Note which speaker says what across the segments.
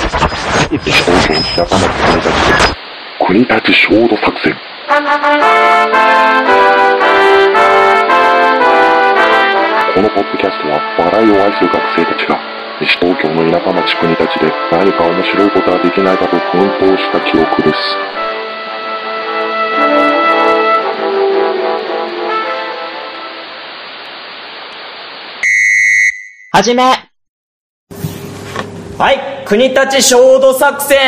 Speaker 1: 証言したまま国立国立衝突作戦このポッドキャストは笑いを愛する学生たちが西東京の田舎町国立で何か面白いことはできないかと奮闘した記憶です
Speaker 2: はじめ
Speaker 3: はい、国立衝動作戦。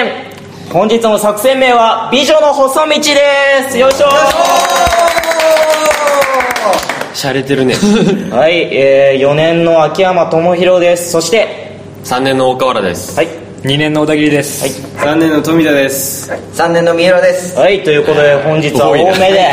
Speaker 3: 本日の作戦名は、美女の細道です。よいしょ
Speaker 4: しゃれてるね
Speaker 3: はい、えー、4年の秋山智博です。そして、
Speaker 4: 3年の大河原です
Speaker 3: はい、
Speaker 5: 2年の小田切です、
Speaker 4: 3年の富田です
Speaker 6: 3年の三浦です
Speaker 3: はい、ということで本日は多
Speaker 4: 多いね
Speaker 3: めで、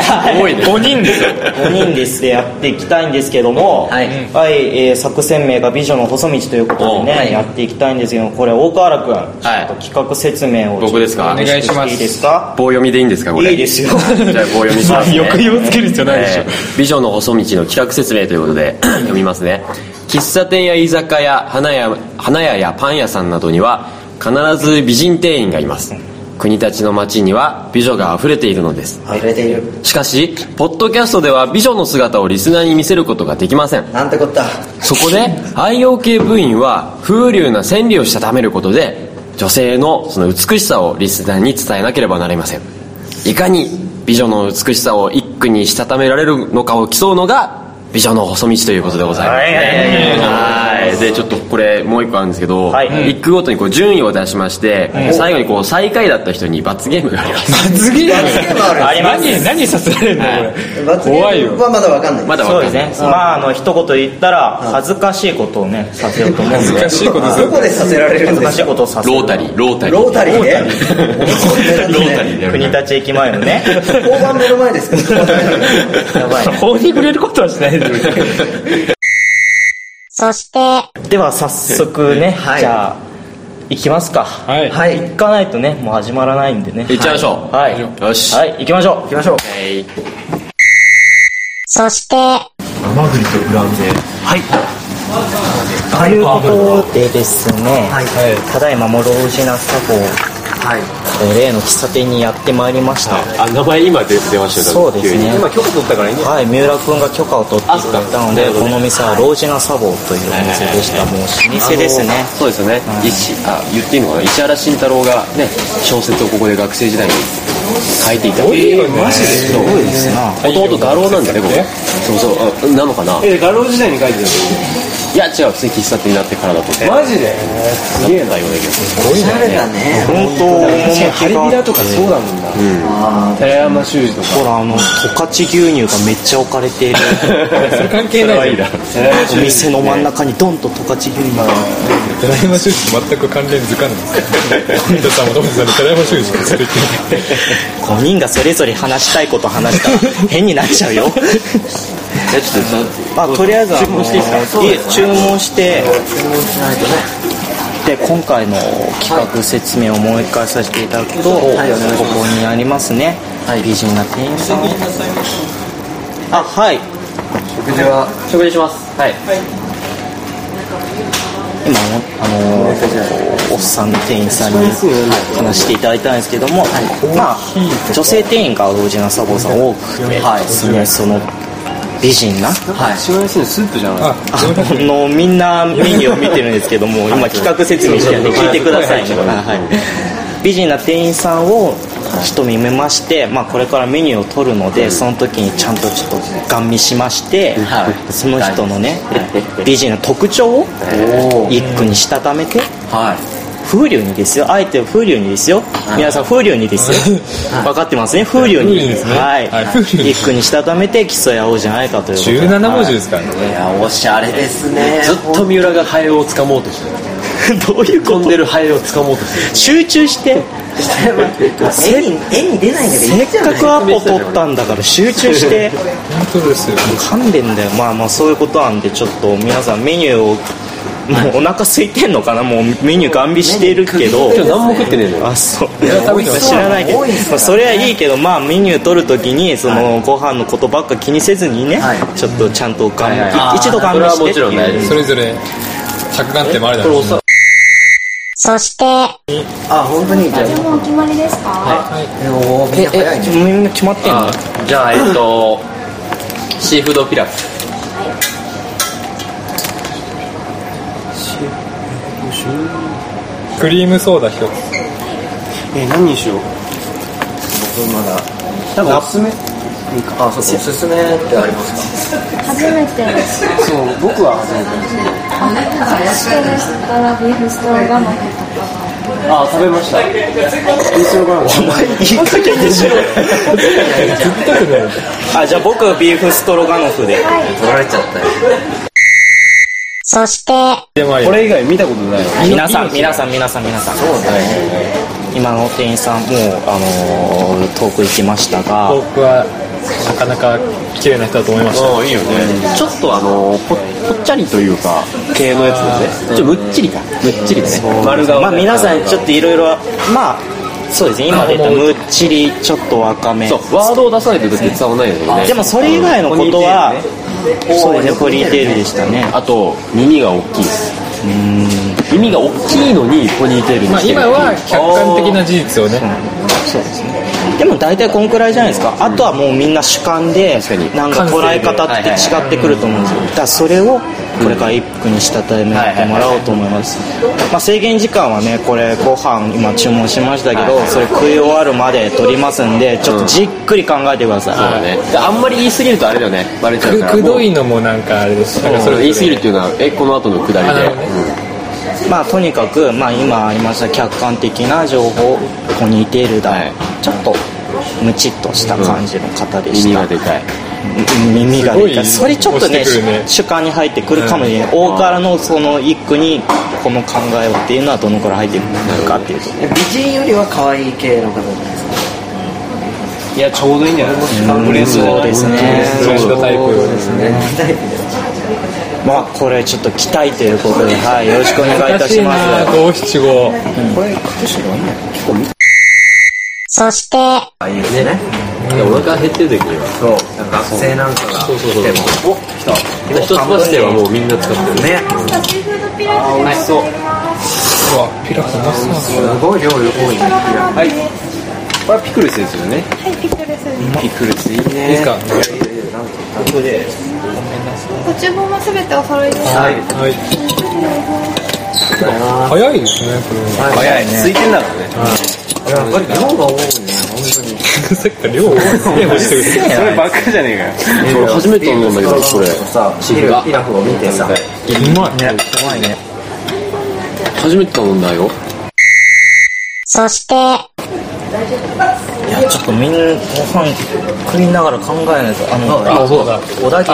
Speaker 4: 多 いね
Speaker 5: 5人ですよ
Speaker 3: 5人ですでやっていきたいんですけども、
Speaker 6: はい
Speaker 3: えー作戦名が美女の細道ということでね、
Speaker 4: おうはい
Speaker 3: やっていきたいんですけど、これ大河原くん、
Speaker 4: はい
Speaker 3: ちょっと企画説明を
Speaker 4: 僕ですか
Speaker 3: お願いします。いいですか
Speaker 4: 棒読みでいいんですかこれ
Speaker 3: いいですよ。
Speaker 4: じゃあ棒読みします、ね、
Speaker 5: 意をつける必要ないでしょ
Speaker 4: えー美女の細道の企画説明ということで読みますね喫茶店や居酒屋花屋花屋やパン屋さんなどには必ず美人店員がいます国立の街には美女が溢れているのです
Speaker 6: 溢れている
Speaker 4: しかしポッドキャストでは美女の姿をリスナーに見せることができません
Speaker 6: なんてこった
Speaker 4: そこで愛用系部員は風流な川柳をしたためることで女性のその美しさをリスナーに伝えなければなりませんいかに美女の美しさを一句にしたためられるのかを競うのが美女の細道ということでございますねはいでちょっとこれもう一個あるんですけど、
Speaker 3: はい
Speaker 4: 一句ごとにこう順位を出しまして、最後にこう最下位だった人に罰ゲームがあります
Speaker 5: 罰ゲーム
Speaker 3: あります。
Speaker 5: 何何させられるのこれ、
Speaker 6: 罰ゲ
Speaker 5: 怖い
Speaker 6: ーム
Speaker 5: よ
Speaker 6: はまだわかんない
Speaker 4: まだ
Speaker 3: そう
Speaker 4: わ
Speaker 3: で
Speaker 4: か
Speaker 3: す
Speaker 4: んない
Speaker 3: ね。まあ、あの、一言言ったら、恥ずかしいことをね、させようと思うんで。
Speaker 5: しいこと
Speaker 6: あどこでさせられる
Speaker 3: 恥
Speaker 6: ん
Speaker 3: ず
Speaker 6: で
Speaker 3: かし
Speaker 6: す
Speaker 3: い
Speaker 6: か
Speaker 3: ことをさせる
Speaker 4: ロータリーロータリー
Speaker 6: ロータリーで
Speaker 4: ロータリーでやる
Speaker 3: 国立駅前のね。
Speaker 6: 交番目の前ですか
Speaker 3: やばいね。
Speaker 5: 法に触れることはしないでしょ
Speaker 2: そして、
Speaker 3: では、早速ね、
Speaker 6: はい
Speaker 3: じゃあ、行きますか。は
Speaker 5: はい、
Speaker 6: はい
Speaker 3: 行かないとね、もう始まらないんでね。
Speaker 4: いっちゃいましょう、
Speaker 3: はい。
Speaker 4: よし、
Speaker 3: はい、行きましょう。行きましょう。
Speaker 4: はい
Speaker 2: そして、
Speaker 3: ということでですね、
Speaker 6: い
Speaker 3: ただいまも老人な作法、
Speaker 6: はい
Speaker 3: えー例の喫茶店にやってまいりました。
Speaker 4: あ名前今出出ました
Speaker 3: そうですね。
Speaker 4: 許可取ったからいい
Speaker 3: はい、三浦君が許可を取ってくれたので、この店はロージナサボーというお店でした。もう老舗ですね。
Speaker 4: そうですよね、石あ言っていいのかな石原慎太郎がね小説をここで学生時代に書いていたマジですごいですねもともと画廊なんだねこれそうそうあなのかな
Speaker 5: え画廊時代に書いてた
Speaker 4: いや違う普通に喫茶店になってからだと思マジですげえなようだけど
Speaker 6: おしゃれだね
Speaker 3: 本当、
Speaker 5: ハリビラとかそうだもんな寺山修司とか
Speaker 3: ほら、あの、十勝牛乳がめっちゃ置かれている。
Speaker 5: 関係ないだ
Speaker 3: お店の真ん中にドンと十勝牛乳が。
Speaker 5: 寺山修司と全く関連づかんです富田さんも富田さんの寺山修司がそれって
Speaker 3: 5人がそれぞれ話したいこと話したら変になっちゃうよ。
Speaker 4: いやちょっとさ
Speaker 3: まあ、とりあえず、注文していいですかいえ、注文して、で今回の企画説明をもう一回させていただくと、ここにありますね、美人な店員さんあはい
Speaker 6: 食事は
Speaker 4: 食事しますはい
Speaker 3: 今あのおっさんの店員さんに話していただいたんですけども、まあ、女性店員が老人なサボさん多くて、そのその美人な、
Speaker 4: 一番安いのスープじゃない
Speaker 3: あのみんなメニューを見てるんですけども今企画説明してるんで聞いてくださいね、はい、美人な店員さんを一目見まして、まあ、これからメニューを取るのでその時にちゃんとちょっとガン見しまして、
Speaker 4: はい
Speaker 3: その人のね美人の特徴を一句にしたためて
Speaker 4: はい
Speaker 3: 風流にですよあえて風流にですよ皆さん風流にですよ分かってますね風流にはい
Speaker 5: はい風流に
Speaker 3: 一句にしたためて競い合おうじゃないかということで
Speaker 5: 17文字ですからね
Speaker 6: いやおしゃれですね
Speaker 4: ずっと三浦がハエを掴もうとしてる
Speaker 3: どういうこと
Speaker 4: 飛んでるハエを掴もうとして る
Speaker 3: 集中して
Speaker 6: 絵に絵に出ないんだけどい
Speaker 3: せ
Speaker 6: いじ
Speaker 3: っ
Speaker 6: ゃな
Speaker 3: か
Speaker 6: い
Speaker 3: くアポ取ったんだから集中して
Speaker 5: 本当ですよ
Speaker 3: 噛んでんだよまあまあそういうことなんでちょっと皆さんメニューをもうお腹空いてんのかなもうメニューガン見してるけど
Speaker 4: 今日何も食ってねえのよ
Speaker 3: あそう知らないけど、まあ、それはいいけどまあメニュー取るときにそのご飯のことばっか気にせずにね、ちょっとちゃんとガン見一度ガン見してっていう
Speaker 4: それはもちろん大丈夫
Speaker 5: それぞれ着眼点もあるだろうし
Speaker 4: こ
Speaker 2: そして、
Speaker 7: あ、本当にじゃあ
Speaker 8: じゃあもうお決まりですか、
Speaker 7: えおーみんな早いね。
Speaker 3: みんな決まってんの
Speaker 4: あじゃあえっとシーフードピラフ
Speaker 5: クリームソーダ一つ
Speaker 9: え何にしよう
Speaker 7: 僕まだ。
Speaker 9: 多分おすすめ
Speaker 7: あ、そうそう。おすすめってありますか
Speaker 8: 初めて私
Speaker 9: そう僕は初めて
Speaker 8: でしたらビーフストロガノフとか
Speaker 9: あ食べましたビーストロガノフ
Speaker 3: いい加減にしろあじゃあ僕はビーフストロガノフで
Speaker 7: 取られちゃったよ。
Speaker 2: そして、
Speaker 9: これ以外見たことない
Speaker 3: 皆さん皆さん皆さん皆さんそうだ今の店員さんもう、あのー遠く行きましたが
Speaker 5: 僕はなかなか綺麗な人だと思いました
Speaker 4: いいよね
Speaker 9: ちょっとあのぽぽっちゃりというか系のやつですねちょむっちりかむっちりだね丸顔
Speaker 3: まあ皆さんちょっといろいろまあそうですね今出たむっちりちょっと若め
Speaker 4: そうワードを出さないと絶対伝わらないよね
Speaker 3: でもそれ以外のことはそうですねポリーテールでしたね
Speaker 4: あと耳が大きい耳が大きいのにポニーテールに
Speaker 5: まあ
Speaker 4: してる
Speaker 5: 今は客観的な事実をね
Speaker 3: でも大体こんくらいじゃないですか、あとはもうみんな主観でなんか捉え方って違ってくると思うんですよ、だからそれをこれから一服にしたためてもらおうと思います、まあ、制限時間はねこれご飯今注文しましたけどそれ食い終わるまで取りますんでちょっとじっくり考えてください、
Speaker 4: そうだねであんまり言いすぎるとあれだよねバレちゃう
Speaker 5: く
Speaker 4: から
Speaker 5: くど
Speaker 4: もう
Speaker 5: いのもなんかあれですなんかそ
Speaker 4: そ
Speaker 5: れ
Speaker 4: れ言いすぎるっていうのはえこの後のくだり
Speaker 5: あな
Speaker 4: で
Speaker 5: るほどね
Speaker 3: まあとにかく、まあ、今ありました客観的な情報ポニーテールだ、
Speaker 4: はい
Speaker 3: ちょっとムチッとした感じの方でした、
Speaker 4: 耳がでかい
Speaker 3: 耳が出た
Speaker 5: す
Speaker 3: そ
Speaker 5: ごい
Speaker 3: れちょっとね
Speaker 5: 押してくるね
Speaker 3: 主観に入ってくるかもしれない、大からのその一句にこの考えをっていうのはどのくらい入ってくるかっていうと
Speaker 7: え美人よりは可愛い系の方じゃないですか。
Speaker 9: いやちょうどいいんじゃないですかブレス
Speaker 3: そうですね
Speaker 5: そういう人タイプですね
Speaker 3: まあこれちょっと期待ということで、はい、よろしくお願いいたしま
Speaker 5: あー
Speaker 3: す
Speaker 5: 五七五
Speaker 2: そして、
Speaker 7: あ、いいですね。
Speaker 4: でお腹減ってる時には
Speaker 7: そう。学生なんかが
Speaker 4: そうそうそ
Speaker 7: 来て
Speaker 4: う
Speaker 7: も。
Speaker 4: 一つましてはもうみんな使ってる
Speaker 7: ね。
Speaker 8: シーフードピラフで
Speaker 4: しそう
Speaker 7: すごい量多いね。
Speaker 9: はいこれはピクルスですよね
Speaker 8: はいピクルス
Speaker 9: ピクルスいい
Speaker 7: い
Speaker 9: ね
Speaker 7: いです
Speaker 5: か
Speaker 8: ご注文はすべてお揃いですか、
Speaker 7: はい。
Speaker 5: はい早いですねこれは
Speaker 9: 早いねついてんだろうね
Speaker 7: やっぱり量が多いね。
Speaker 5: さっきから量をね干してくれて
Speaker 9: そればっかじゃねえかよ
Speaker 4: 俺初めて飲んだんだけどこれ
Speaker 7: さ、シールがピラフを見てさ、
Speaker 5: うまい
Speaker 4: 初めて頼んだよ
Speaker 2: そして、
Speaker 3: いやちょっとみんなご飯食いながら考えないとあの
Speaker 5: あそうだ
Speaker 3: 小田
Speaker 5: あ
Speaker 3: 切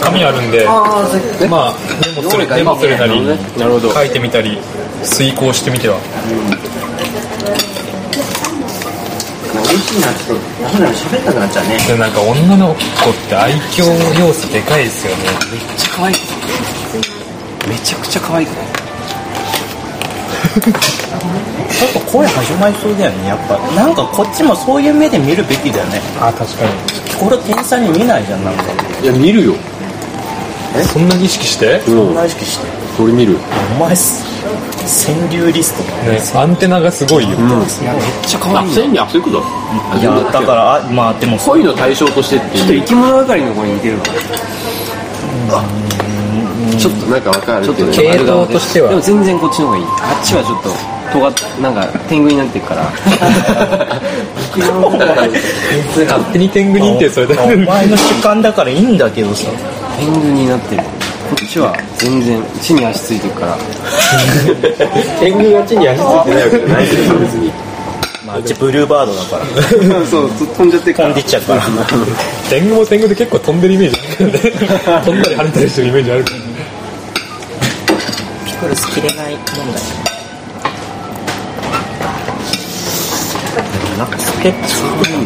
Speaker 5: 紙紙あるんで
Speaker 7: あー
Speaker 5: まあメモするメモするなり
Speaker 4: なるほど
Speaker 5: 書いてみたり遂行してみては
Speaker 7: 美人な人、なんだろう、喋んなくなっちゃうね。
Speaker 5: でなんか女の子って愛嬌要素でかいですよね
Speaker 9: めっちゃ可愛いめちゃくちゃ可愛い
Speaker 3: ちょっと声始まりそうだよねやっぱなんかこっちもそういう目で見るべきだよね
Speaker 5: あ確か
Speaker 3: これ店員さんに見ないじゃんなんか
Speaker 4: いや見るよ
Speaker 5: にそんなに意識して
Speaker 4: うん
Speaker 3: 大意識して
Speaker 4: これ見る
Speaker 3: お前す川柳リストだ
Speaker 5: ねアンテナがすごいよ
Speaker 4: あ千里あそういうこと
Speaker 3: いやだからあまあでもそう
Speaker 4: 恋の対象としてって
Speaker 9: ちょっと
Speaker 4: いう
Speaker 9: 生き物係の子に似てるわ
Speaker 4: ちょっとなんかわかるけど
Speaker 5: 系統として
Speaker 9: でも
Speaker 5: は
Speaker 9: 全然こっちの方がいいあっちはちょっと尖っなんか天狗になってるから
Speaker 5: 勝手に天狗認定された
Speaker 3: お前の主観だからいいんだけどさ
Speaker 9: 天狗になってるこっちは全然地に足ついてるから
Speaker 4: 天狗が地に足ついてないわけじゃないけど別に
Speaker 3: まあうちブルーバードだから
Speaker 9: そう飛んじゃって
Speaker 3: 飛んでっちゃうから
Speaker 5: 天狗も天狗で結構飛んでるイメージあるからね飛んだり跳ねたりしてるイメージあるからね
Speaker 3: ピクルス切れない問題なんかスケッチ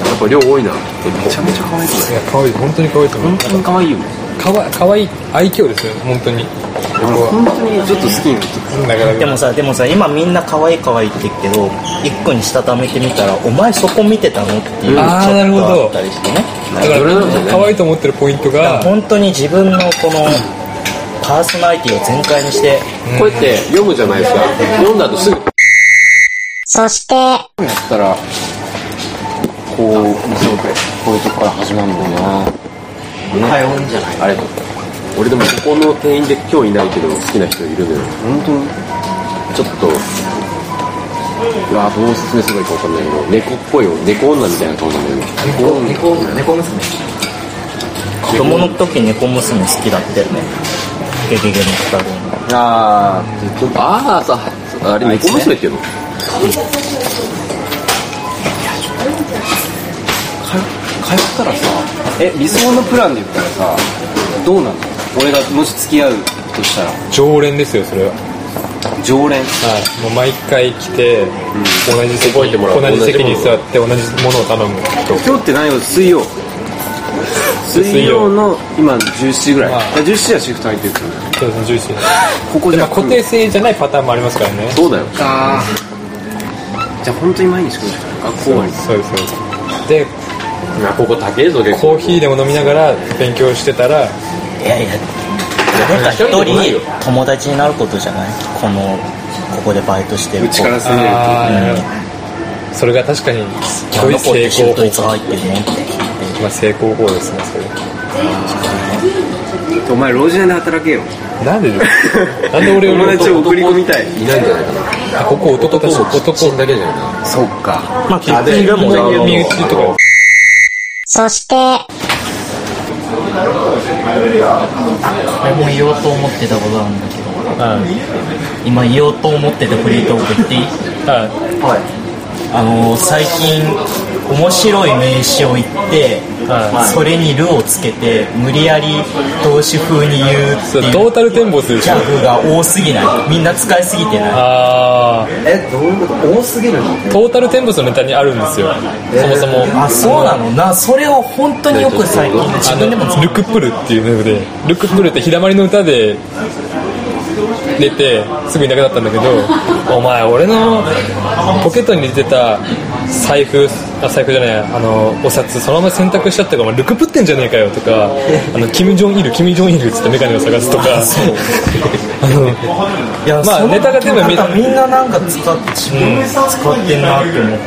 Speaker 4: やっぱ量多いな
Speaker 9: めちゃめちゃ可愛いこ
Speaker 5: いや可愛い本当に可愛いと思う
Speaker 9: れ本当に可愛いよね
Speaker 5: かわ可愛い愛嬌ですよ本当に
Speaker 9: 本当にちょっと好きになっ
Speaker 5: だから
Speaker 3: でもさでもさ今みんな可愛い可愛いって言うけど一個にしたためてみたらお前そこ見てたのっていうちょっ
Speaker 5: あーなるほ
Speaker 3: と
Speaker 5: ど
Speaker 3: あったりしてね
Speaker 5: だから可愛いと思ってるポイントが
Speaker 3: 本当に自分のこのパーソナリティを全開にして
Speaker 4: こうやって読むじゃないですか読んだ後すぐ
Speaker 2: そして、
Speaker 7: やったら、こう、そうこういうとこから始まるんだよな。早いんじゃない
Speaker 4: あれ俺でもここの店員で今日いないけど好きな人いるのよ
Speaker 7: 本当に
Speaker 4: ちょっとうわどう説明すればいいか分かんないけど猫っぽいよ猫女みたいな顔なんだよね
Speaker 7: 猫、猫、猫娘。
Speaker 3: 子供の時猫娘好きだったよねゲゲゲの双子の
Speaker 4: ああああさあれ猫娘っていうの
Speaker 9: 通ったらさえ理想のプランで言ったらさどうなの俺がもし付き合うとしたら
Speaker 5: 常連ですよそれは
Speaker 9: 常連
Speaker 5: はいもう毎回来て、同じ席
Speaker 4: 覚えてもらう
Speaker 5: 同じ席に座って同じものを頼む人
Speaker 9: 今日って何曜水曜水曜の今17時ぐらい、
Speaker 5: まあ
Speaker 9: いや17時はシフト入ってるから
Speaker 5: そうですねジューシーな
Speaker 9: ここじ
Speaker 5: で
Speaker 9: ゃ
Speaker 5: まあ固定性じゃないパターンもありますからね
Speaker 4: そうだよ
Speaker 9: あーじゃあ本当に毎日来るしかない学校終わり
Speaker 5: そうですそうですで
Speaker 4: いやここ高えぞ結
Speaker 5: コーヒーでも飲みながら勉強してたら
Speaker 3: いやいや誰か一人友達になることじゃないこのここでバイトしてる
Speaker 9: うち
Speaker 3: 子
Speaker 9: から住んでると
Speaker 5: ああなるほどそれが確かにすごい成
Speaker 3: シ
Speaker 5: 功
Speaker 3: フ
Speaker 5: 法
Speaker 3: トいつ入ってるのって聞いて
Speaker 5: まあ成功法ですねそれ
Speaker 9: お前老人屋で働けよ
Speaker 5: なんでですか なんで俺を
Speaker 9: 友達を送り込みたい
Speaker 4: いないんじゃないかな
Speaker 5: あここ男たち男
Speaker 4: 死んだけじゃないかな
Speaker 9: そっか
Speaker 3: まあ結局でも
Speaker 5: 身内とか
Speaker 2: そして、
Speaker 3: 俺も言おうと思ってたことなんだけど今言おうと思っててフリートーク言っていいあの最近面白い名詞を言って、それに「る」をつけて無理やり動詞風に言うって
Speaker 5: そ
Speaker 3: いうう
Speaker 5: トータル展望するで
Speaker 3: ギ
Speaker 5: しょ
Speaker 3: ャグが多すぎないみんな使いすぎてない
Speaker 5: あ
Speaker 7: え、どういうこと多すぎるの
Speaker 5: あトータル展望のネタにあるんですよそもそも
Speaker 3: あそうなのなそれを本当によく最近自
Speaker 5: あ
Speaker 3: 分でも
Speaker 5: のルクプルっていうネタでルクプルって日だまりの歌で出てすぐいなくなったんだけどお前俺のポケットに入れてた財布あ財布じゃないあのお札そのまま洗濯しちゃったからお前ルクプってんじゃねえかよと かあのキム・ジョンイルキム・ジョンイルっつってメガネを探すとかあの
Speaker 3: いや
Speaker 5: まあ
Speaker 3: その
Speaker 5: ネタが全部
Speaker 3: なんかみんななんか使って自分で使ってんなって思っ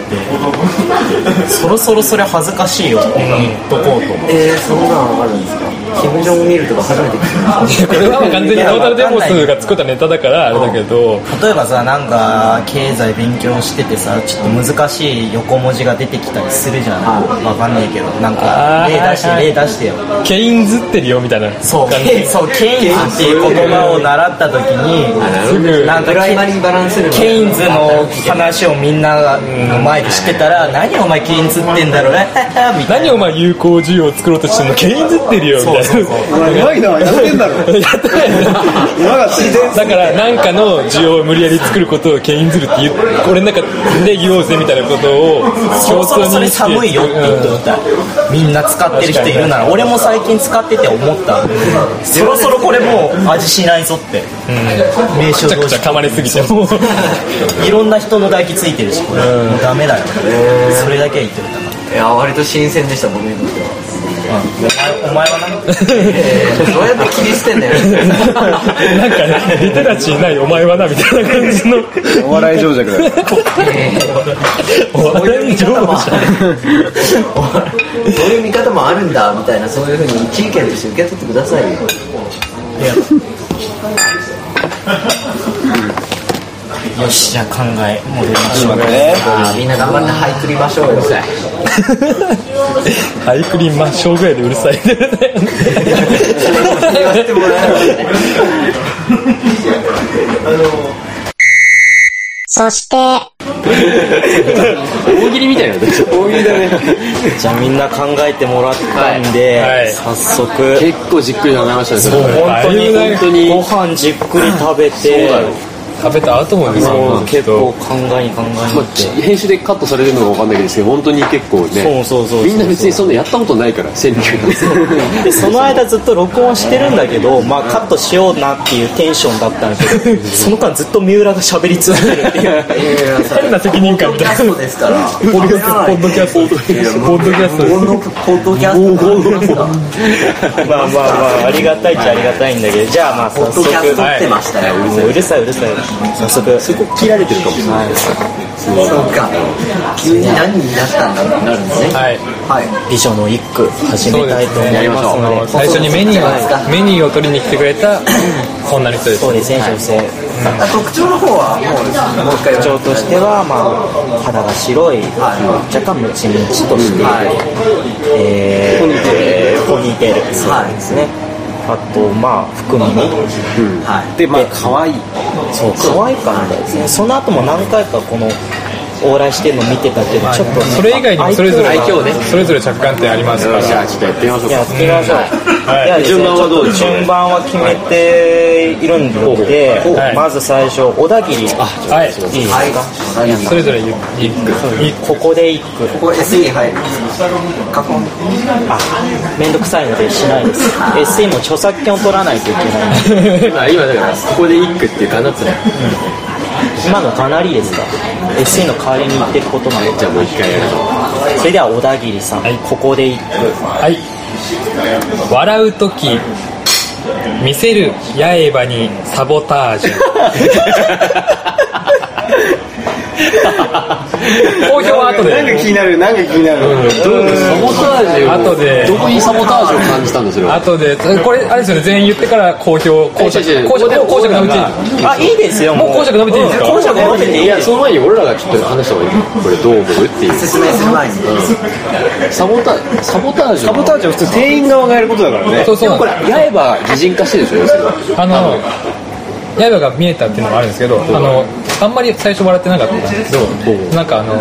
Speaker 3: てそろそろそれ恥ずかしいよこんなに言っとこうと思って
Speaker 7: えー、そんなのあるんですかキム・ジョン・イルとか初めて聞いた。
Speaker 5: これは完全にトータルデンボスが作ったネタだからあれだけど
Speaker 3: 例えばさなんか経済勉強しててさちょっと難しい横文字が出てきたりするじゃないわかんないけどなんか
Speaker 5: あー
Speaker 3: 例出して例出してよ
Speaker 5: ケインズってるよみたいな
Speaker 3: そうけそうケインズっていう言葉を習った時になんか
Speaker 7: 決まりにバランスる
Speaker 3: ケインズの話をみんなの前でしてたら何お前ケインズってんだろうねみたい
Speaker 5: 何お前有効需要を作ろうとしてんのケインズってるよみたいな
Speaker 3: そうそう
Speaker 7: うまいな、やってんだろ。
Speaker 5: やってないよ
Speaker 7: う まかった自然
Speaker 5: だから何かの需要を無理やり作ることをケインズルって言う俺の中で言おうぜみたいなことを
Speaker 3: なそろそろそれ寒いよって言っときたいみんな使ってる人いるなら俺も最近使ってて思ったそろそろこれもう味しないぞって名
Speaker 5: く
Speaker 3: 称
Speaker 5: ちゃ
Speaker 3: 同
Speaker 5: く
Speaker 3: 士
Speaker 5: ちゃ噛まれすぎてもう
Speaker 3: いろんな人の唾液ついてるしこれもうダメだよそれだけは言ってる
Speaker 7: いや、割と新鮮でした、僕にとっては。
Speaker 3: お前お前は何
Speaker 7: えー、どうやって気にしてんだよ。
Speaker 5: なんかねリテラチーないお前はなみたいな感じの
Speaker 9: お笑い上手 だ
Speaker 5: お笑い上手
Speaker 7: そういう見方もあるんだみたいなそういうふうに一意見として受け取ってくださいよ
Speaker 3: よしじゃあ考え戻りましょう
Speaker 7: あーみんな頑張ってはいくりましょうよ
Speaker 5: ハイクリンマッショーぐらいでうるさい
Speaker 7: やってもらえないね
Speaker 2: そして、
Speaker 4: 大喜利みたいなの結
Speaker 3: じゃあみんな考えてもらったんで、
Speaker 5: はい
Speaker 3: 早速
Speaker 4: 構じっくり考えましたねそ
Speaker 3: もう
Speaker 4: れ
Speaker 3: 本当に
Speaker 5: だいぶね
Speaker 3: 本当にご飯じっくり食べて
Speaker 5: 食べた後もです
Speaker 3: もう
Speaker 5: け
Speaker 3: 結構考
Speaker 5: ど
Speaker 3: えに考
Speaker 4: まあ
Speaker 3: えて、
Speaker 4: 編集でカットされてるのか分かんないですけど本当に結構ね
Speaker 3: そうそうそうそう
Speaker 4: みんな別にそんなやったことないから川柳なん
Speaker 3: で
Speaker 4: て
Speaker 3: その間ずっと録音してるんだけど、まあ、カットしようなっていうテンションだったんだけどその間ずっと三浦が喋り続けるっていう
Speaker 5: 変な責任感みたいな
Speaker 7: そうですから
Speaker 5: ポッドキャストポッドキャストポッドキャストです
Speaker 7: ポッドキャスト撮ってました
Speaker 3: まあまあまあありがたいっちゃありがたいんだけどじゃあまあ早
Speaker 7: ポッドキャス
Speaker 3: 速
Speaker 7: ト撮ってましたよ
Speaker 3: もううるさいうるさい早速
Speaker 4: そこ切られてるかもしれないです
Speaker 6: そうか急に何になったんだってなるんですね
Speaker 5: はい
Speaker 6: はい
Speaker 3: 美女の一句始
Speaker 5: そう
Speaker 3: め
Speaker 5: で
Speaker 3: たい
Speaker 5: す
Speaker 3: と
Speaker 5: ね
Speaker 3: 思います
Speaker 5: そ
Speaker 3: ので
Speaker 5: の最初にメニューをメニューを取りに来てくれた女の人です
Speaker 3: そうですね女性
Speaker 6: あ特徴の方はもうもう一回
Speaker 3: 特徴としては、まあ、肌が白い、若干ムチムチとしている、えーポニーテール
Speaker 6: はい
Speaker 3: ですね、あと、まあ、服耳、
Speaker 6: はい
Speaker 9: でまあ可愛い
Speaker 3: そう可愛かったですねその後も何回かこの往来してるの見てたけどちょっと、ね、
Speaker 5: それ以外にもそれぞれ
Speaker 3: 愛嬌が
Speaker 5: それぞれ着眼点ありますから
Speaker 4: じゃあちょっとやってみましょう
Speaker 3: やってみましょう、
Speaker 5: は
Speaker 3: で
Speaker 5: い
Speaker 3: ですね
Speaker 4: 順番はどうでしょう
Speaker 3: 順番は決めているので、
Speaker 5: はい
Speaker 3: まず最初小田切あ
Speaker 5: はい
Speaker 3: いいですか
Speaker 5: それぞれ一
Speaker 3: こ
Speaker 5: 句
Speaker 3: こで一句
Speaker 6: ここ SE 入る過去
Speaker 3: あ面倒くさいのでしないです SE も著作権を取らないといけない
Speaker 4: あ今だからここで一句っていうかなって
Speaker 3: 今のかなりですか SE の代わりに言ってることなの
Speaker 4: じゃあもう一回やるぞ
Speaker 3: それでは小田切さん、ここで一句
Speaker 5: はい笑う時見せる刃にサボタージュ好評は後で
Speaker 9: なんか気になるなんか気になる、
Speaker 4: どうもサボタージュを
Speaker 5: 後で
Speaker 4: どこにサボタージュを感じたんだそれは
Speaker 5: あとで、これ、あれですよね、全員言ってから公表、公爵、
Speaker 4: 違う違うここ
Speaker 5: 公爵、公
Speaker 4: で
Speaker 5: 爵
Speaker 4: オー
Speaker 5: のうち
Speaker 4: ナ
Speaker 3: あ
Speaker 4: ーが
Speaker 5: に。
Speaker 3: いいですよもう
Speaker 5: 公爵のうちにいいですか
Speaker 3: 公爵のうちにいい
Speaker 4: い
Speaker 3: で
Speaker 4: や
Speaker 3: す
Speaker 4: その前に俺らがちょっと話した方がいいこれどう思うっていう
Speaker 6: 説明する前に
Speaker 4: サボタサボタージュ
Speaker 9: サボタージュは普通店員側がやることだからね
Speaker 5: そうそうなん
Speaker 4: こ
Speaker 5: で
Speaker 4: れ刃擬人化してるでしょ要するに
Speaker 5: す。あの、刃が見えたっていうのもあるんですけど、あの、あんまり最初笑ってなかったんですけど、なんかあの、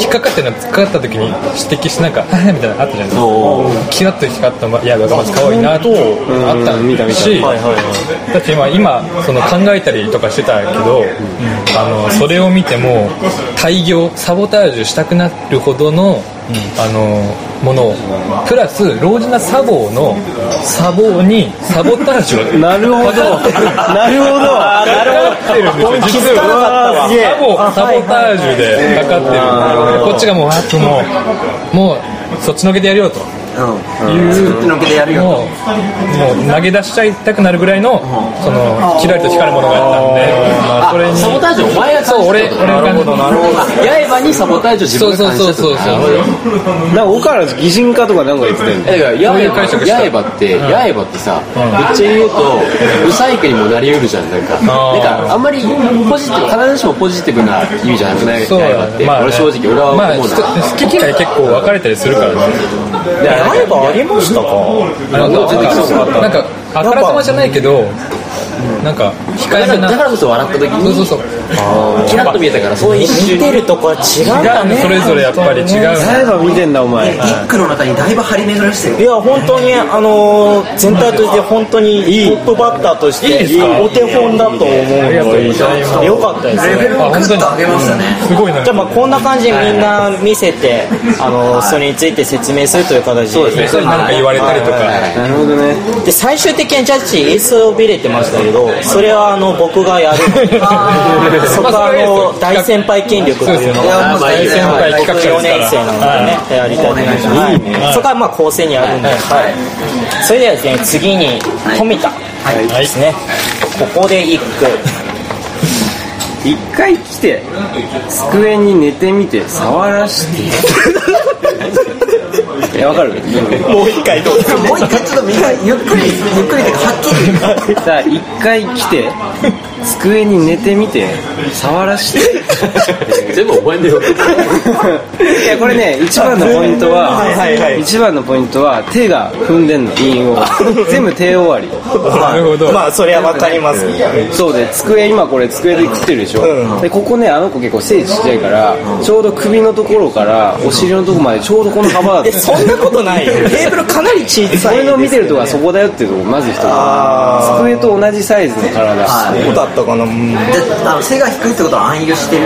Speaker 5: 引っかかってるの、突っかかった時に指摘して、なんか、 みたいなのあったじゃないですか。キラッと光った刃がまず可愛いなと、あったの見たし、だって今、今、その考えたりとかしてたけど、あの、それを見ても、大業、サボタージュしたくなるほどの、あの、ものを、プラス、老人なサボーの、サボーに、サボタージュが、 なる ほど。なるほど。なるほど。気づかなかったわ。サボー、サボタージュでかかってる。こっちがもう、あともう、もう、そっちのけでやるよと。
Speaker 6: うん作ってのけでやるよ
Speaker 5: もうもう投げ出しちゃいたくなるぐらいのそのキラリと光るものがあったんで、まあ、それに
Speaker 4: サボタージュお前が
Speaker 5: そう俺俺が感じ
Speaker 4: 刃にサボタージュ自
Speaker 5: そう
Speaker 4: 分が
Speaker 5: そ
Speaker 4: 感
Speaker 5: う
Speaker 4: じた
Speaker 5: そう
Speaker 4: って
Speaker 5: そ
Speaker 4: こ
Speaker 5: う
Speaker 4: と
Speaker 5: そう
Speaker 9: なんか岡原擬人化とかなんか言ってたよね
Speaker 4: えだから
Speaker 5: そういう
Speaker 4: 刃
Speaker 5: 解釈した
Speaker 4: 刃って、刃ってさ、ぶっちゃけ言うと不細工にもなりうるじゃんなんかなん
Speaker 5: あー
Speaker 4: かあんまりポジティブ必ずしもポジティブな意味じゃなくない
Speaker 5: そう
Speaker 4: 刃って、俺正直俺は
Speaker 5: まあ、
Speaker 4: 思う
Speaker 5: 人
Speaker 4: な、
Speaker 5: 好き嫌い結構分かれたりするからね
Speaker 3: 刃ありましたか
Speaker 4: 全然そうだっ
Speaker 5: なんか
Speaker 4: た
Speaker 5: なんかあからさまじゃないけどなんか控
Speaker 4: だ
Speaker 5: え
Speaker 4: か
Speaker 5: め
Speaker 4: らだか
Speaker 5: な
Speaker 4: らこそ笑った時
Speaker 5: そうそう
Speaker 4: に
Speaker 5: そう
Speaker 4: キラッと見えたからその一瞬
Speaker 3: 見てるとこは違うんだね
Speaker 5: それぞれやっぱり違う
Speaker 9: 刃見てんだお前
Speaker 6: 一句の中にだいぶ張り巡らしてる
Speaker 3: いや本当にあのー全体として本当にトップバッターとしてお手本だと思うのでよかったです
Speaker 6: レベ
Speaker 3: ね
Speaker 6: ルをグッと上げましたね
Speaker 5: すごいな
Speaker 3: じゃあまあこんな感じでみんな見せてあのーそれについて説明するという形で
Speaker 5: それに何か言われたりとか
Speaker 9: なるほどね
Speaker 3: で最終的にジャッジ S をびれてましたけどそれはあの僕がやるの でそこはあの大先輩権力というのが
Speaker 6: もう
Speaker 5: 大先輩
Speaker 3: 僕
Speaker 5: 企画者
Speaker 3: 4
Speaker 5: ですか
Speaker 3: 年
Speaker 5: ら
Speaker 3: 生なのでねやりたいと思いますはいそこはまあ構成にあるんではいそれではですね次に富田ですねここで一句
Speaker 9: 一回来て机に寝てみて触ら していやわかる
Speaker 3: もう一回どうぞ
Speaker 6: もう一回ちょっとみんなゆっくりゆっくりってかはっきり
Speaker 9: さあ一回来て机に寝てみて触ら して
Speaker 4: 全部覚えんだよ
Speaker 9: いやこれね一番のポイントは
Speaker 3: はいはいはい
Speaker 9: 一番のポイントは手が踏んでんの韻を全部手終わり
Speaker 5: なるほど
Speaker 3: まあそれはわかります
Speaker 9: そうで机今これ机で食ってるでしょ、でここねあの子結構背ちっちゃいから、ちょうど首のところからお尻のとこまでちょうどこの幅だっ
Speaker 3: え
Speaker 9: た
Speaker 3: そんなことない よテーブルかなり小
Speaker 9: そ
Speaker 3: さい
Speaker 9: れの見てるとこ
Speaker 3: は
Speaker 9: はそこだよっていうとこまず一つ
Speaker 3: あ
Speaker 9: 机と同じサイズの体
Speaker 3: そうだったかなうん
Speaker 6: であの背が低いってことは暗喩してる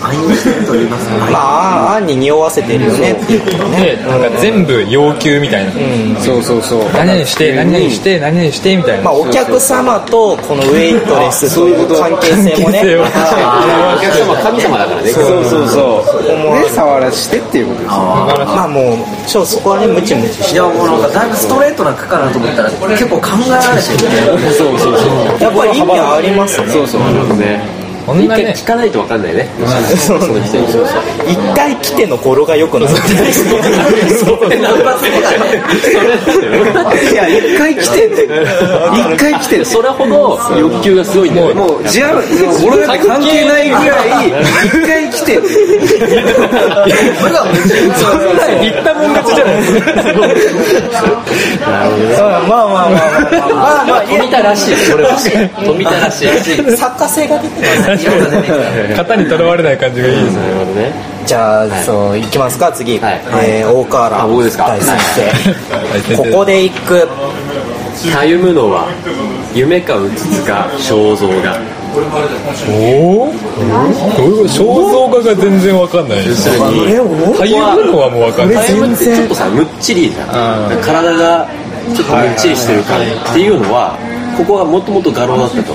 Speaker 6: 暗喩してると言いますか
Speaker 3: まあ、あんに匂わせてるよねっていうことね。
Speaker 5: でなんか全部要求みたいな
Speaker 9: そうそうそう
Speaker 5: 何々して何々して何々してみたい
Speaker 3: ま
Speaker 5: な
Speaker 3: あ、お客様とこのウェイトレスという関係性もね
Speaker 5: 関係性を、
Speaker 4: お客様神様だからね
Speaker 9: そうそうそうで触らしてっていうことです
Speaker 3: まあもう、ちょそこはね、ムチムチし
Speaker 6: いやもうなんかだいぶストレートな句かなと思ったら結構考えられてるね
Speaker 9: そうそうそう
Speaker 3: やっぱり意味はありますね。
Speaker 9: そうそう
Speaker 4: ね
Speaker 5: こんな
Speaker 4: 一回
Speaker 5: ね
Speaker 4: 聞かないと分かんないね。そうその人に。
Speaker 3: 一回来ての語呂が良くなって ないそう
Speaker 4: 何発目だよ
Speaker 9: いや一回来てんだよ一回来てんだよ
Speaker 4: それほど欲求がすごいんだよね。
Speaker 9: もうじゃあ俺だって関係ないぐらい一回来てんだよ
Speaker 5: 言ったもん勝ちじゃないですか
Speaker 3: まあまあまあまあまあまあ
Speaker 4: 富田らしい。それは。富田らしい。
Speaker 3: 作家性が出て ますね
Speaker 5: 型にとらわれない感じがいいですね
Speaker 4: なるほどね。
Speaker 3: じゃあ、そういきますか次、
Speaker 4: はい
Speaker 3: えー大河原
Speaker 4: あ僕ですか
Speaker 3: 大先生、
Speaker 5: はい
Speaker 3: ここで行く
Speaker 4: たゆむのは夢かうつつか肖像画。
Speaker 5: おお肖像画が全然わかんない
Speaker 4: 要するに。
Speaker 5: 俳優のはもうわかんない
Speaker 4: タイムってちょっとさむっちりじゃん体がちょっとむっちりしてる感じっていうのはここはもともと画廊だったと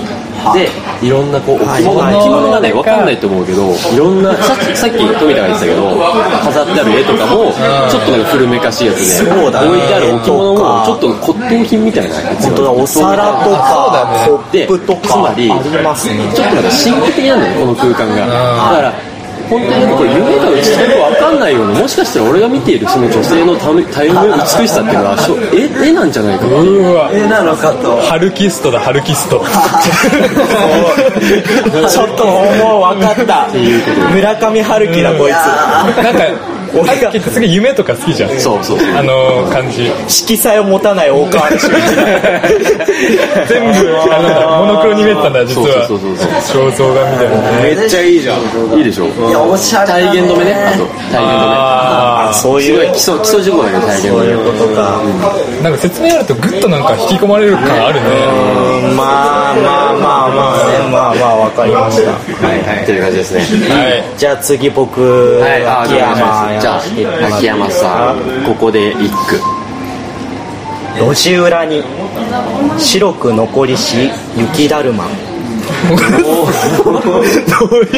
Speaker 4: でいろんなこう置物
Speaker 5: はい
Speaker 4: 置物がね分かんないと思うけどいろんなさっきさっき富田が言ってたけど飾ってある絵とかもちょっとなんか古めかしいやつで
Speaker 3: そ
Speaker 4: 置
Speaker 3: う
Speaker 4: いて
Speaker 3: だね
Speaker 4: ある置物もちょっと骨董品みたいなやつ
Speaker 3: 本当だお皿とかコッ
Speaker 4: で
Speaker 3: プと
Speaker 4: つ
Speaker 3: かあ
Speaker 4: まり
Speaker 3: りますね
Speaker 4: ちょっとなんか神秘的なんだよねこの空間がだから本当にこれ夢かうちとか分かんないようなもしかしたら俺が見ているその女性のため対応の美しさっていうのはしょ絵絵なんじゃないかな
Speaker 5: うわ
Speaker 6: なのかと
Speaker 5: ハルキストだハルキスト
Speaker 3: ちょっともう分かった村上春樹だこい
Speaker 5: なんか俺がすげえ夢とか好きじゃん
Speaker 4: そうそう
Speaker 5: あの感じ
Speaker 3: つ色彩を持たない大川原俊一だ
Speaker 5: 全部あのモノクロに見えてたんだ実は
Speaker 4: そうそうそう
Speaker 5: 肖像画みたいなね
Speaker 6: めっちゃいいじゃん
Speaker 4: いいでしょ
Speaker 6: いやおしゃれだね
Speaker 4: 体現止めねあと体
Speaker 5: あー
Speaker 3: そういう
Speaker 4: 現止め基礎基礎事項だけど体現
Speaker 3: そうい
Speaker 4: 止
Speaker 3: うことか
Speaker 5: なんか説明あるとグッとなんか引き込まれる感あるね
Speaker 3: うんまあまあまあまあねまあまあ分かりました
Speaker 4: めはいはいという感じですね
Speaker 5: はい
Speaker 3: じゃあ次僕、
Speaker 4: はいあー
Speaker 3: 秋山
Speaker 4: じゃあ秋山さんここで一句
Speaker 3: 路地裏に白く残りし雪だるま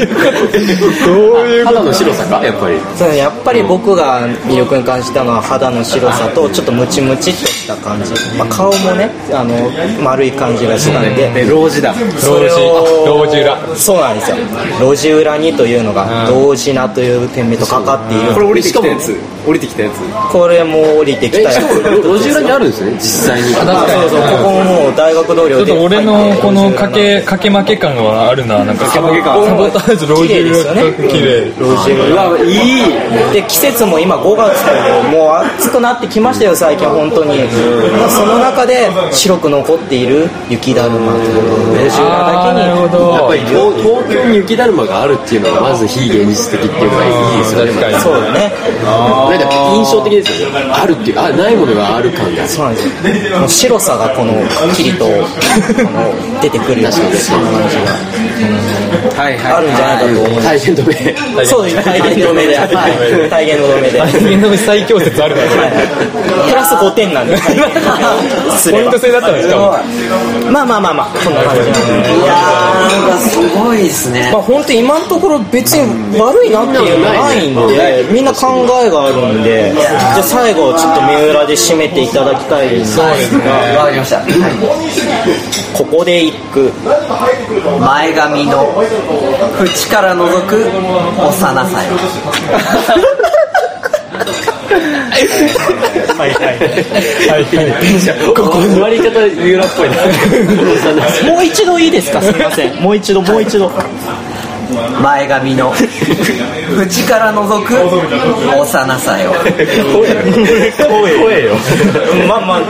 Speaker 5: どういう
Speaker 4: 肌の白さかやっぱり
Speaker 3: そうやっぱり僕が魅力に感じたのは肌の白さとちょっとムチムチっとした感じ、まあ、顔もねあの丸い感じがしたんで
Speaker 4: 老子だ
Speaker 3: それを
Speaker 5: 老地裏
Speaker 3: そうなんですよ路地裏にというのが同時なという点名とかかっている
Speaker 7: これ降りてきたやつ降りてきたやつ
Speaker 3: これも降りてき
Speaker 4: え
Speaker 3: たや
Speaker 4: し
Speaker 3: つ
Speaker 4: かも路地裏にあるんですね実際に
Speaker 3: あそうそうここももう大学同
Speaker 5: ちょ
Speaker 3: 僚
Speaker 5: っ
Speaker 3: で
Speaker 5: と俺のこのかけかけ負け感はあるななんかかけ負け感サボタージュ老
Speaker 3: 綺麗ですよ
Speaker 5: 中が
Speaker 3: ね
Speaker 5: 綺麗
Speaker 3: 路地裏
Speaker 4: うわいい
Speaker 3: で季節も今5月ともう暑くなってきましたよ最近本当に、まあその中で白く残っている雪だるまということで路地
Speaker 5: あーなる
Speaker 3: 裏
Speaker 5: ほ
Speaker 3: だけに
Speaker 4: やっ
Speaker 5: ど
Speaker 4: ぱり東東京に雪だるまがあるっていうのがまず非現実的っていうのがいいですよね
Speaker 5: 確かに
Speaker 3: そうだね
Speaker 4: なんか印象的ですよねあるっていうあないものがある感が
Speaker 3: そうなんですよもう白さがこのはっきりとこの出てくるようなそういう感じ
Speaker 7: はい
Speaker 3: があるんじゃないかと思います
Speaker 4: 体験止め
Speaker 3: そうです体現の目ではい体現の目で
Speaker 5: 人間の最強説あるから
Speaker 3: プラス5点なん ですす
Speaker 5: ポイ
Speaker 3: れ
Speaker 5: ン
Speaker 3: ば
Speaker 5: ト制だったんですかも
Speaker 3: まあまあまあまあそんな感じいや
Speaker 6: なんかすごいですね
Speaker 3: まあ本当今のところ別に悪いなっていうのはないんでみんな考えがあるんでじゃあ最後ちょっと三浦で締めていただきたいんですが
Speaker 6: わかりました
Speaker 3: ここで一句
Speaker 6: 前髪の縁から覗く幼さよ
Speaker 3: はい
Speaker 4: ここ終わり方三浦っぽいな
Speaker 3: もう一度いいですかすいませんもう一度もう一度
Speaker 6: 前髪の縁から覗く幼さよ
Speaker 3: 声よまあまあ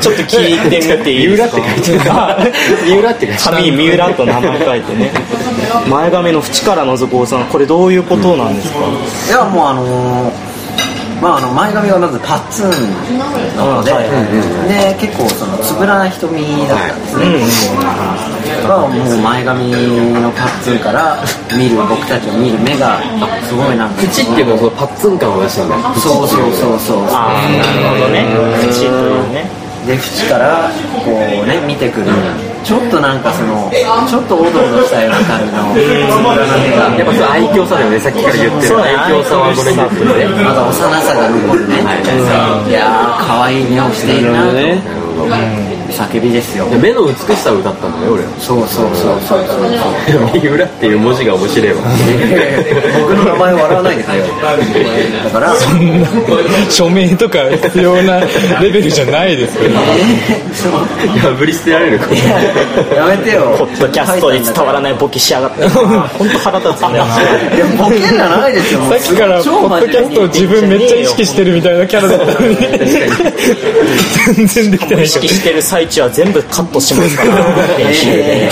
Speaker 3: ちょっと聞いてみていいですか
Speaker 4: 三浦って感じ
Speaker 3: 紙に三浦と名前書いてね前髪の縁から覗くおさんこれどういうことなんですか
Speaker 6: いやもうあのーまああの前髪がまずパッツンなので、
Speaker 3: うんはいはい
Speaker 6: で結構そのつぶらな瞳だったんですね、まあもう前髪のパッツンから見る僕たちを見る目があすごいなんか
Speaker 4: 口っていうのはそのパッツン感を出したんだよ
Speaker 6: そうそうそうそう
Speaker 3: ああなるほどね口というね
Speaker 6: で縁からこうね見てくる、ちょっとなんかそのちょっとおどおどしたような感じのつぶらな目が
Speaker 4: やっぱその愛嬌さだよねさっきから言ってる愛嬌さはごめんなさいね
Speaker 6: まだ幼さが残るね、いやー可愛い目をしているなと、
Speaker 4: なるほど
Speaker 6: 叫びですよ
Speaker 4: いや目の美しさを歌ったんだね俺
Speaker 6: そうそうそう そうそう
Speaker 4: 三浦っていう文字が面白い わ
Speaker 6: 僕の名前を笑わないでくれよだから
Speaker 5: そんな署名とか必要なレベルじゃないですけど
Speaker 4: 破り捨てられるこ
Speaker 6: やめてよ
Speaker 3: ポッドキャストで伝わらないボケしやがって 本当腹立つんだよない
Speaker 6: やボケじゃないですよもう
Speaker 5: さっきからポッドキャストを自分めっちゃ意識してるみたいなキャラだったのに全然できてない
Speaker 3: 意
Speaker 5: け
Speaker 3: 識
Speaker 5: ど
Speaker 3: してる最中は全部カットしますから編集で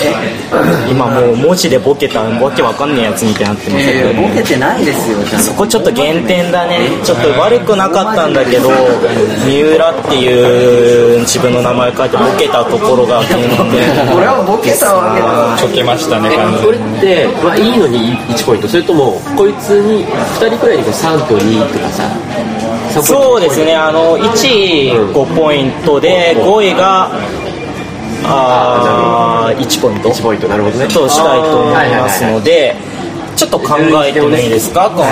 Speaker 3: 今もう文字でボケたわけわかんねえやつみたいになってますけ
Speaker 6: え
Speaker 3: ど
Speaker 6: ーボケてないですよちゃんと
Speaker 3: そこちょっと減点だねちょっと悪くなかったんだけど三浦っていう自分の名前書いてボケたところが減点
Speaker 6: 俺はボケたわけだから
Speaker 5: ちょけましたね完
Speaker 4: れって、まあ、いいのに1ポイントそれともこいつに2人くらいにこう3と2とかさ
Speaker 3: そうですねあの1位5ポイントで5位があー1ポイント
Speaker 4: 1ポイントなるほどね
Speaker 3: としたいと思いますのでちょっと考えてもいいですかこのく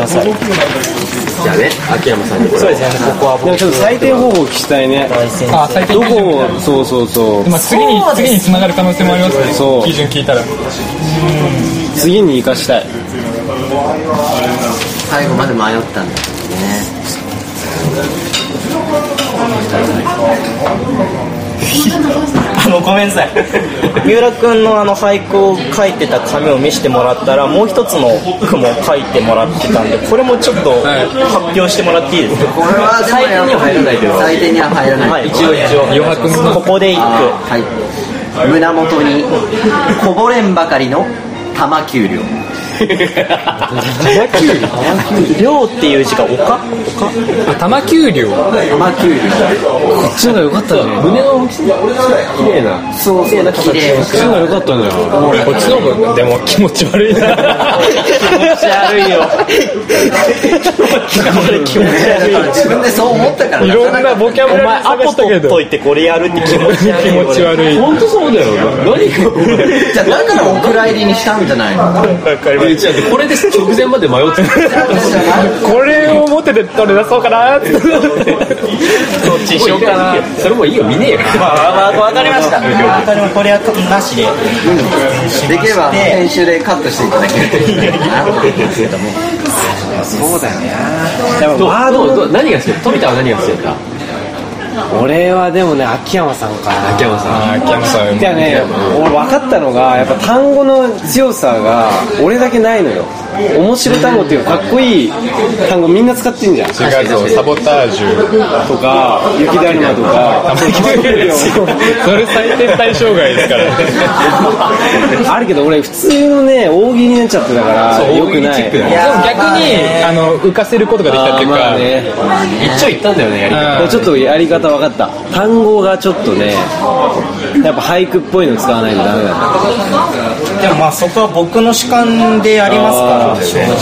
Speaker 3: ださい
Speaker 4: じゃあね秋山さんにこれを
Speaker 3: そうですねここは
Speaker 9: で
Speaker 3: 僕
Speaker 9: もちょっと採点方法を聞きたいね
Speaker 3: 大先
Speaker 5: あ
Speaker 3: 生
Speaker 5: 最近
Speaker 9: どこをそうそうそう
Speaker 5: まあ、次に次に繋がる可能性もありますね
Speaker 9: そう
Speaker 5: 基準聞いたら
Speaker 9: 次に生かしたい
Speaker 6: 最後まで迷ったんだよね
Speaker 3: あのごめんな さい三浦君のあの俳句を書いてた紙を見せてもらったらもう一つの句も書いてもらってたんでこれもちょっと
Speaker 5: い
Speaker 3: 発表してもらっていいですか
Speaker 6: これはでもやっぱり採点には入らない
Speaker 3: はい一応一応
Speaker 5: 余白の
Speaker 3: ここで一句
Speaker 6: はい胸元にこぼれんばかりの玉給料
Speaker 3: 「量」っていう字が「丘」
Speaker 5: あ玉給料
Speaker 6: 玉給料
Speaker 9: こっちの方が良かったんじゃない胸の
Speaker 6: そうそう綺麗
Speaker 9: こっちの方が良かったんじゃない
Speaker 5: こっちの方がでも気持ち悪いな
Speaker 3: 悪 いよ気持ち悪い
Speaker 6: だから自分でそう思ったから
Speaker 5: いろんなボキャ
Speaker 3: お
Speaker 5: ブ
Speaker 3: 前
Speaker 5: ラリー
Speaker 3: ア
Speaker 5: 探
Speaker 3: ポ
Speaker 5: した
Speaker 3: 取
Speaker 5: け
Speaker 3: っと
Speaker 5: ど
Speaker 3: いてこれやるって気持ち悪
Speaker 5: 気
Speaker 3: いよ
Speaker 5: 持ち悪い
Speaker 4: 本当そうだよ何が
Speaker 6: じゃあだからお蔵入りにしたんじゃないの
Speaker 4: これで直前まで迷ってた
Speaker 5: これを持ってて取れ出そうかなって
Speaker 3: どっちにしようかな
Speaker 4: それもいいよ見ねえよ
Speaker 3: まあまあ分かりました分かりましたこれはなしで
Speaker 6: できれば編集でカットしていただけるといいな そうだよね
Speaker 4: どうどうどう何が好き富田は何が好きだった
Speaker 9: 俺はでもね秋山さんかな
Speaker 4: 秋山さん
Speaker 5: あキャンさん
Speaker 9: いやね俺分かったのがやっぱ単語の強さが俺だけないのよ面白単語っていうかかっこいい単語みんな使ってんじゃん
Speaker 5: 違うぞサボタージュ
Speaker 9: とか雪だるまとか
Speaker 5: それ採点対象外ですから
Speaker 9: あるけど俺普通のね大喜利になっちゃってたからよくない
Speaker 5: でも逆にあの浮かせることができたっていう
Speaker 9: ま
Speaker 5: か
Speaker 9: あね
Speaker 4: 一丁行ったんだよねやり方
Speaker 5: うん
Speaker 9: ちょっとやり方分かった単語がちょっとねやっぱ俳句っぽいの使わないとダメだね
Speaker 3: でもまあそこは僕の主観でやりますから正直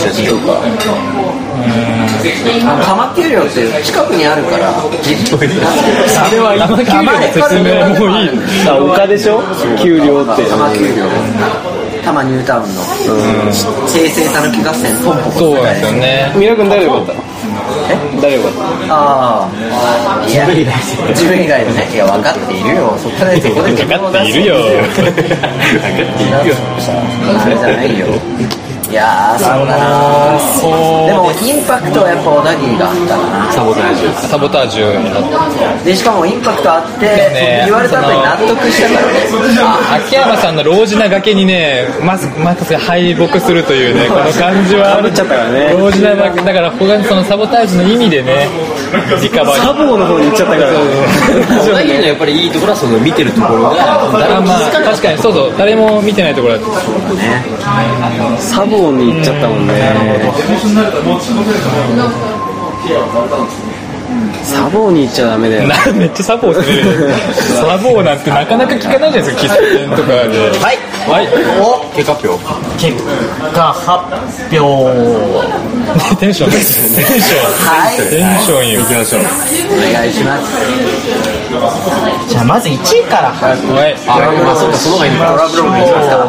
Speaker 6: 玉給料って近くにあるから
Speaker 5: あれは生給料の説明もういい
Speaker 9: あ丘でしょ給料って
Speaker 6: 玉給料多摩ニュータウンの平成たぬき合戦ポンポコ
Speaker 5: そうなんですよね
Speaker 9: ミラ君誰が良かった誰が良かった
Speaker 6: ああ自分以外自分以外でねいや分かっているよそこでそこで自分を出す
Speaker 5: いるよ
Speaker 6: あれじゃないよいやーそうだな
Speaker 5: そう
Speaker 6: でもインパクトはやっぱ小田切があったかな
Speaker 4: サボタージュ
Speaker 5: サボタージュになっ
Speaker 6: で
Speaker 5: て
Speaker 6: しかもインパクトあって、
Speaker 5: ね
Speaker 6: 言われた後に納得したからねあ
Speaker 5: 秋山さんの老人な崖にねまずまず敗北するというねこの感じは
Speaker 9: 被っちゃったからね
Speaker 5: 老人な崖だから他にそのサボタージュの意味でねリカバリ
Speaker 9: サ
Speaker 5: ー
Speaker 9: ボーの方に行っちゃったから
Speaker 4: 小田切のやっぱりいいところはその見てるところが
Speaker 5: あまあ確かにそうそう誰も見てないところだった
Speaker 9: サボーに行っちゃったもんねサボーに行っちゃダメだよ
Speaker 5: な めっちゃサボーするねサボーなんてなかなか聞かないじゃないですか喫茶店とかで
Speaker 3: はい
Speaker 5: はい
Speaker 4: 結果発表
Speaker 3: 結果発表
Speaker 5: テンションテンション
Speaker 6: はい
Speaker 5: テンションよ
Speaker 6: お願いします
Speaker 3: じゃあまず1位から発
Speaker 5: はい
Speaker 4: あそうかその方がいいのか
Speaker 6: トラブルもいきますか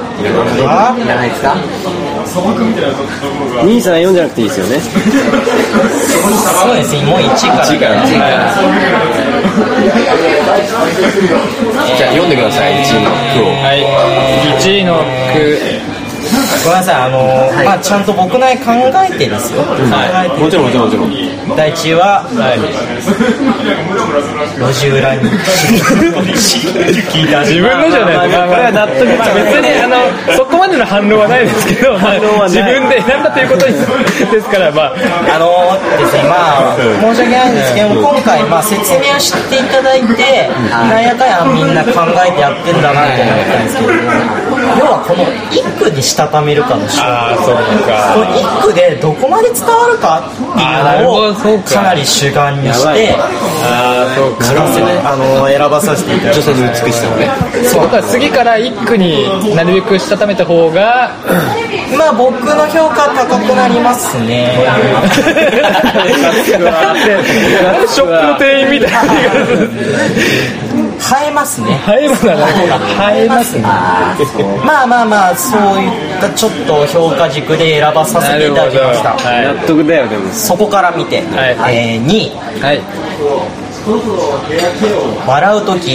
Speaker 3: 表
Speaker 6: いらないですか
Speaker 10: 兄さん4じゃなくていいですよね
Speaker 3: そうですねもう1から1から
Speaker 4: じゃあ読んでください1位の句を
Speaker 3: はい
Speaker 5: 1位の句
Speaker 3: ごめんなさいあの、まあ、ちゃんと僕なり考えてですよ、はい、もちろんもちろんもちろん第1位は、路地裏に聞いた
Speaker 5: 自分のじゃないですか、これは納得です、別にあのそこまでの反応はないですけど、まあ自分で選んだということにですから、まあ、
Speaker 3: あのですね、まあ、申し訳ないんですけど、今回、まあ、説明をしていただいて、なんやかんやみんな考えてやってんだなって思ったんですけど、要はこの一句にしたためるかの勝負、この一句でどこまで伝わるかっていうのを、かなり主眼にして、
Speaker 5: あそうか
Speaker 3: あの選ばさせていただきました。女性の美しさをね
Speaker 5: そうだから次から一句になるべくしたためた方が、
Speaker 3: まあ僕の評価高くなりますね。
Speaker 5: ショップの店員みたいな
Speaker 3: 映えますね。
Speaker 5: 映えますね。映えますね。
Speaker 3: まあまあまあ、そういったちょっと評価軸で選ばさせていただきました。
Speaker 10: 納得だよでも
Speaker 3: そこから見て、えー、2位、笑うとき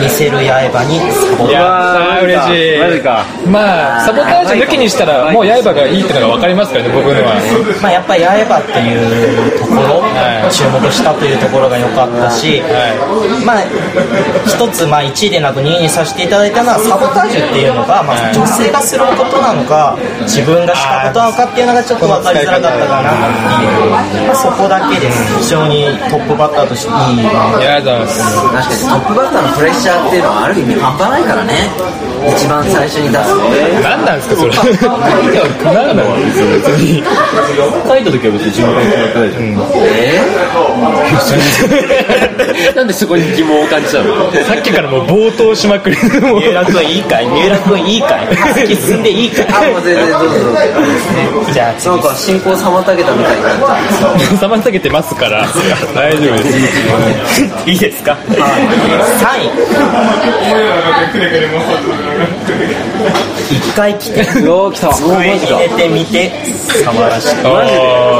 Speaker 3: 見せる刃にサボ
Speaker 5: いやー嬉しいまあサボタージュ抜きにしたらもう刃がいいってのが分かりますからね僕のは
Speaker 3: まあ、やっぱり刃っていうところ、注目したというところが良かったし、まあ、一つ、まあ、1位でなく2位にさせていただいたのはサボタージュっていうのが、まあ、女性がすることなのか自分がしたことなのかっていうのがちょっと分かりづらかったかなっていう、まあ、そこだけです非常にトップバッターとしていい
Speaker 5: いやありがとうございます
Speaker 6: 確かにトップバッターのプレッシャーっていうのはある意味半端ないからね一番最初に出す
Speaker 5: 何なんですかそれ
Speaker 4: 何だろう別に書いた時は別に自分が決まってないじゃん、えなんでそこに疑問を感じたの
Speaker 5: さっきからもう冒頭しまくりもう
Speaker 3: 三浦君いいかい三浦君いいかい突き進んでいいかい
Speaker 6: あもう全然どうぞどうぞ
Speaker 3: じゃあ次
Speaker 6: なんか進行妨げたみたいになっちゃう
Speaker 5: さま下げてますから大丈夫です
Speaker 3: いいですか3位一回来て
Speaker 10: おー来た
Speaker 3: 机に入れてみて触らして
Speaker 5: マジで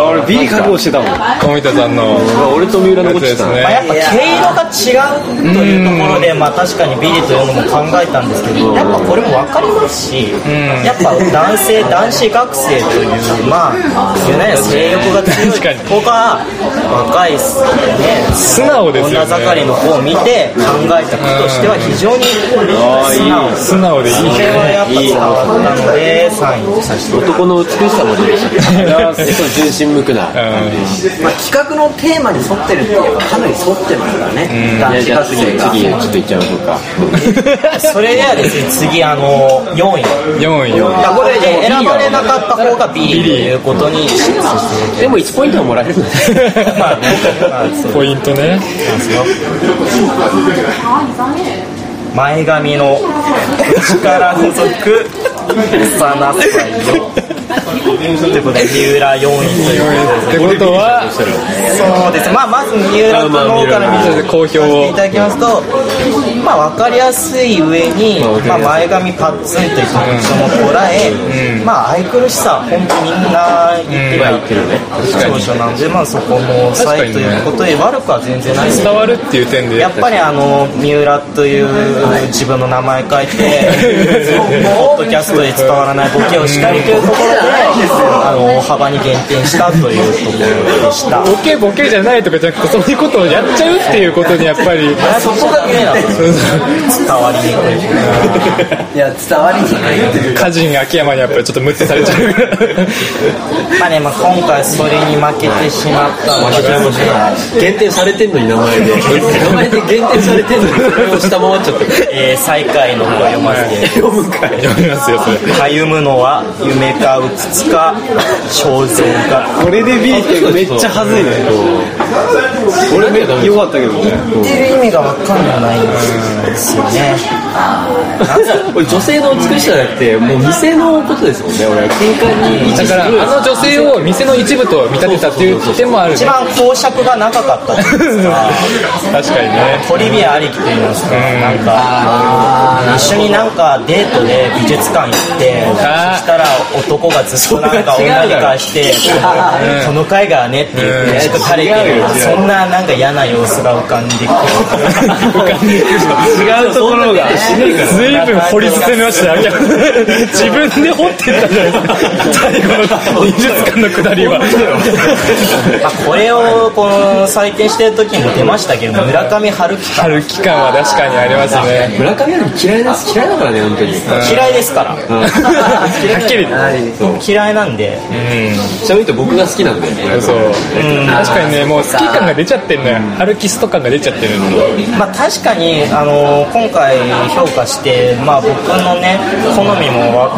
Speaker 10: 俺ビリ覚悟してたもん
Speaker 5: 富田さんの
Speaker 4: 俺と三浦のこ
Speaker 5: や
Speaker 4: っちだ
Speaker 5: つです
Speaker 3: まあ、や
Speaker 5: ね
Speaker 3: っぱ毛色が違うというところで、まあ、確かにビリというのも考えたんですけどやっぱこれも分かりますし、やっぱ男性男子学生というまあ言うなれば性欲が強
Speaker 5: 確かに
Speaker 3: い子が若いっすね
Speaker 5: 素直ですよね
Speaker 3: 女盛りの子を見て考えた句としては非常に素直です
Speaker 5: 素直でいい
Speaker 3: これはやっぱ伝わったので3位とさせて
Speaker 4: 男の美しさも出てきたそう純真無垢な
Speaker 6: まあ、企画のテーマに沿ってるっていうかかなり沿ってますからね男子
Speaker 4: じゃあ
Speaker 6: 学
Speaker 4: 次
Speaker 6: 生
Speaker 4: 次ち
Speaker 6: が
Speaker 4: ょっといっちゃいましょうか
Speaker 3: それではですね次あの4位
Speaker 5: 4位
Speaker 3: いやこれで選ばれなかった方がビリということに
Speaker 4: でも1ポイントはもらえるので
Speaker 3: まあねまあそう
Speaker 5: ポイントね
Speaker 3: 前髪の力不足さなさいよということで三浦4位ということ
Speaker 5: ってことは
Speaker 3: でそうですまあまず三浦君の方から見て
Speaker 5: 好評
Speaker 3: い
Speaker 5: を
Speaker 3: ただきますとまあ分かりやすい上に、まあ、前髪パッツンという特徴も捉え、まあ愛くるしさ本当みんな言ってる
Speaker 4: 言ってるね
Speaker 3: 長所なんでまあそこも抑えということで悪くは全然ないですけど
Speaker 5: 伝わるっていう点で
Speaker 3: やっぱりあの三浦という自分の名前書いて ポッドキャストで伝わらないボケをしたりというところであの大幅に減点したというところでした
Speaker 5: ボケボケじゃないとかじゃなくてそういうことをやっちゃうっていうことにやっぱり
Speaker 3: そこがね伝わりにくい
Speaker 6: いや伝わりにくいっていう
Speaker 5: 歌人秋山にやっぱりちょっとムッてされちゃう
Speaker 3: まあね、まあ、今回それに負けてしまったので
Speaker 4: 限定されてんのに名前で名前で限定されてんのにそれを下回っちゃった
Speaker 3: えー最下位の方を読ませて
Speaker 4: 読むかい
Speaker 5: 読みますよそれ
Speaker 3: 歩むのは夢かうつつか肖像か
Speaker 10: これでビリってめっちゃ恥ずいね
Speaker 4: 俺めっちゃ
Speaker 10: よかったけどね
Speaker 3: 言ってる意味が分かんないんですよですよね
Speaker 4: 女性の美しさじゃなくてもう店のことですもんね俺は金管に
Speaker 5: だからあの女性を店の一部と見立てたっていう点もある
Speaker 3: 一番公爵が長かったじゃないです か
Speaker 5: 確かにね
Speaker 3: トリビアありきと言いますかなんか一緒になんかデートで美術館行ってそしたら男がずっとなんか女に返して「 この絵画はね」って言ってちょっと垂れて
Speaker 4: 違う
Speaker 3: る
Speaker 4: よ違う
Speaker 3: そんななんか嫌な様子が浮かんでくる
Speaker 5: 違うところが随分掘り進めましたよ自分で掘ってったじゃないですか最後の美術館の下りは
Speaker 3: まあこれをこの採点してる時も出ましたけど村上春樹
Speaker 5: 春樹感は確かにありますね
Speaker 4: 村上春樹嫌いです嫌いだからね本当に
Speaker 3: 嫌いですから
Speaker 5: はっきり
Speaker 3: 嫌いなんで
Speaker 4: ちなみに言うと僕が好きなんで
Speaker 5: そう確かにねもう好き感が出ちゃってんのよ春樹スト感が出ちゃってるの
Speaker 3: まあ、確かに、あの今回評価して、まあ、僕のね好みも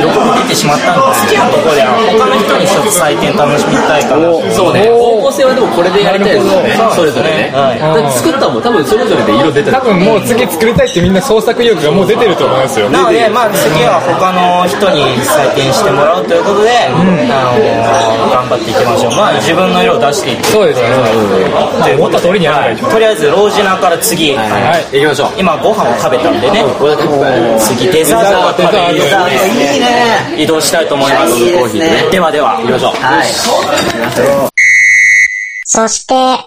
Speaker 3: 横に出てしまったんですけどここで他の人にちょっと採点楽しみたいかなと
Speaker 4: そうね方向性はでもこれでやりたいですよねそれぞれね
Speaker 3: はい
Speaker 4: だって作ったもん多分それぞれで色出てる
Speaker 5: 多分もう次作りたいってみんな創作意欲がもう出てると思いますよ
Speaker 3: なので、まあ、次は他の人に採点してもらうということで、あの頑張っていきましょう、まあ、自分の色を出していって
Speaker 5: そうですよね
Speaker 3: で
Speaker 5: 思った通りにやらないと
Speaker 3: とりあえずロージナから次、
Speaker 5: はい
Speaker 4: 行きましょう
Speaker 3: 今ご飯を食べたんでね次デザートを食べに
Speaker 5: デザー
Speaker 6: いいね
Speaker 3: 移動したいと思います
Speaker 6: いいですね
Speaker 3: ではでは
Speaker 4: 行きましょう
Speaker 6: はい
Speaker 11: そして、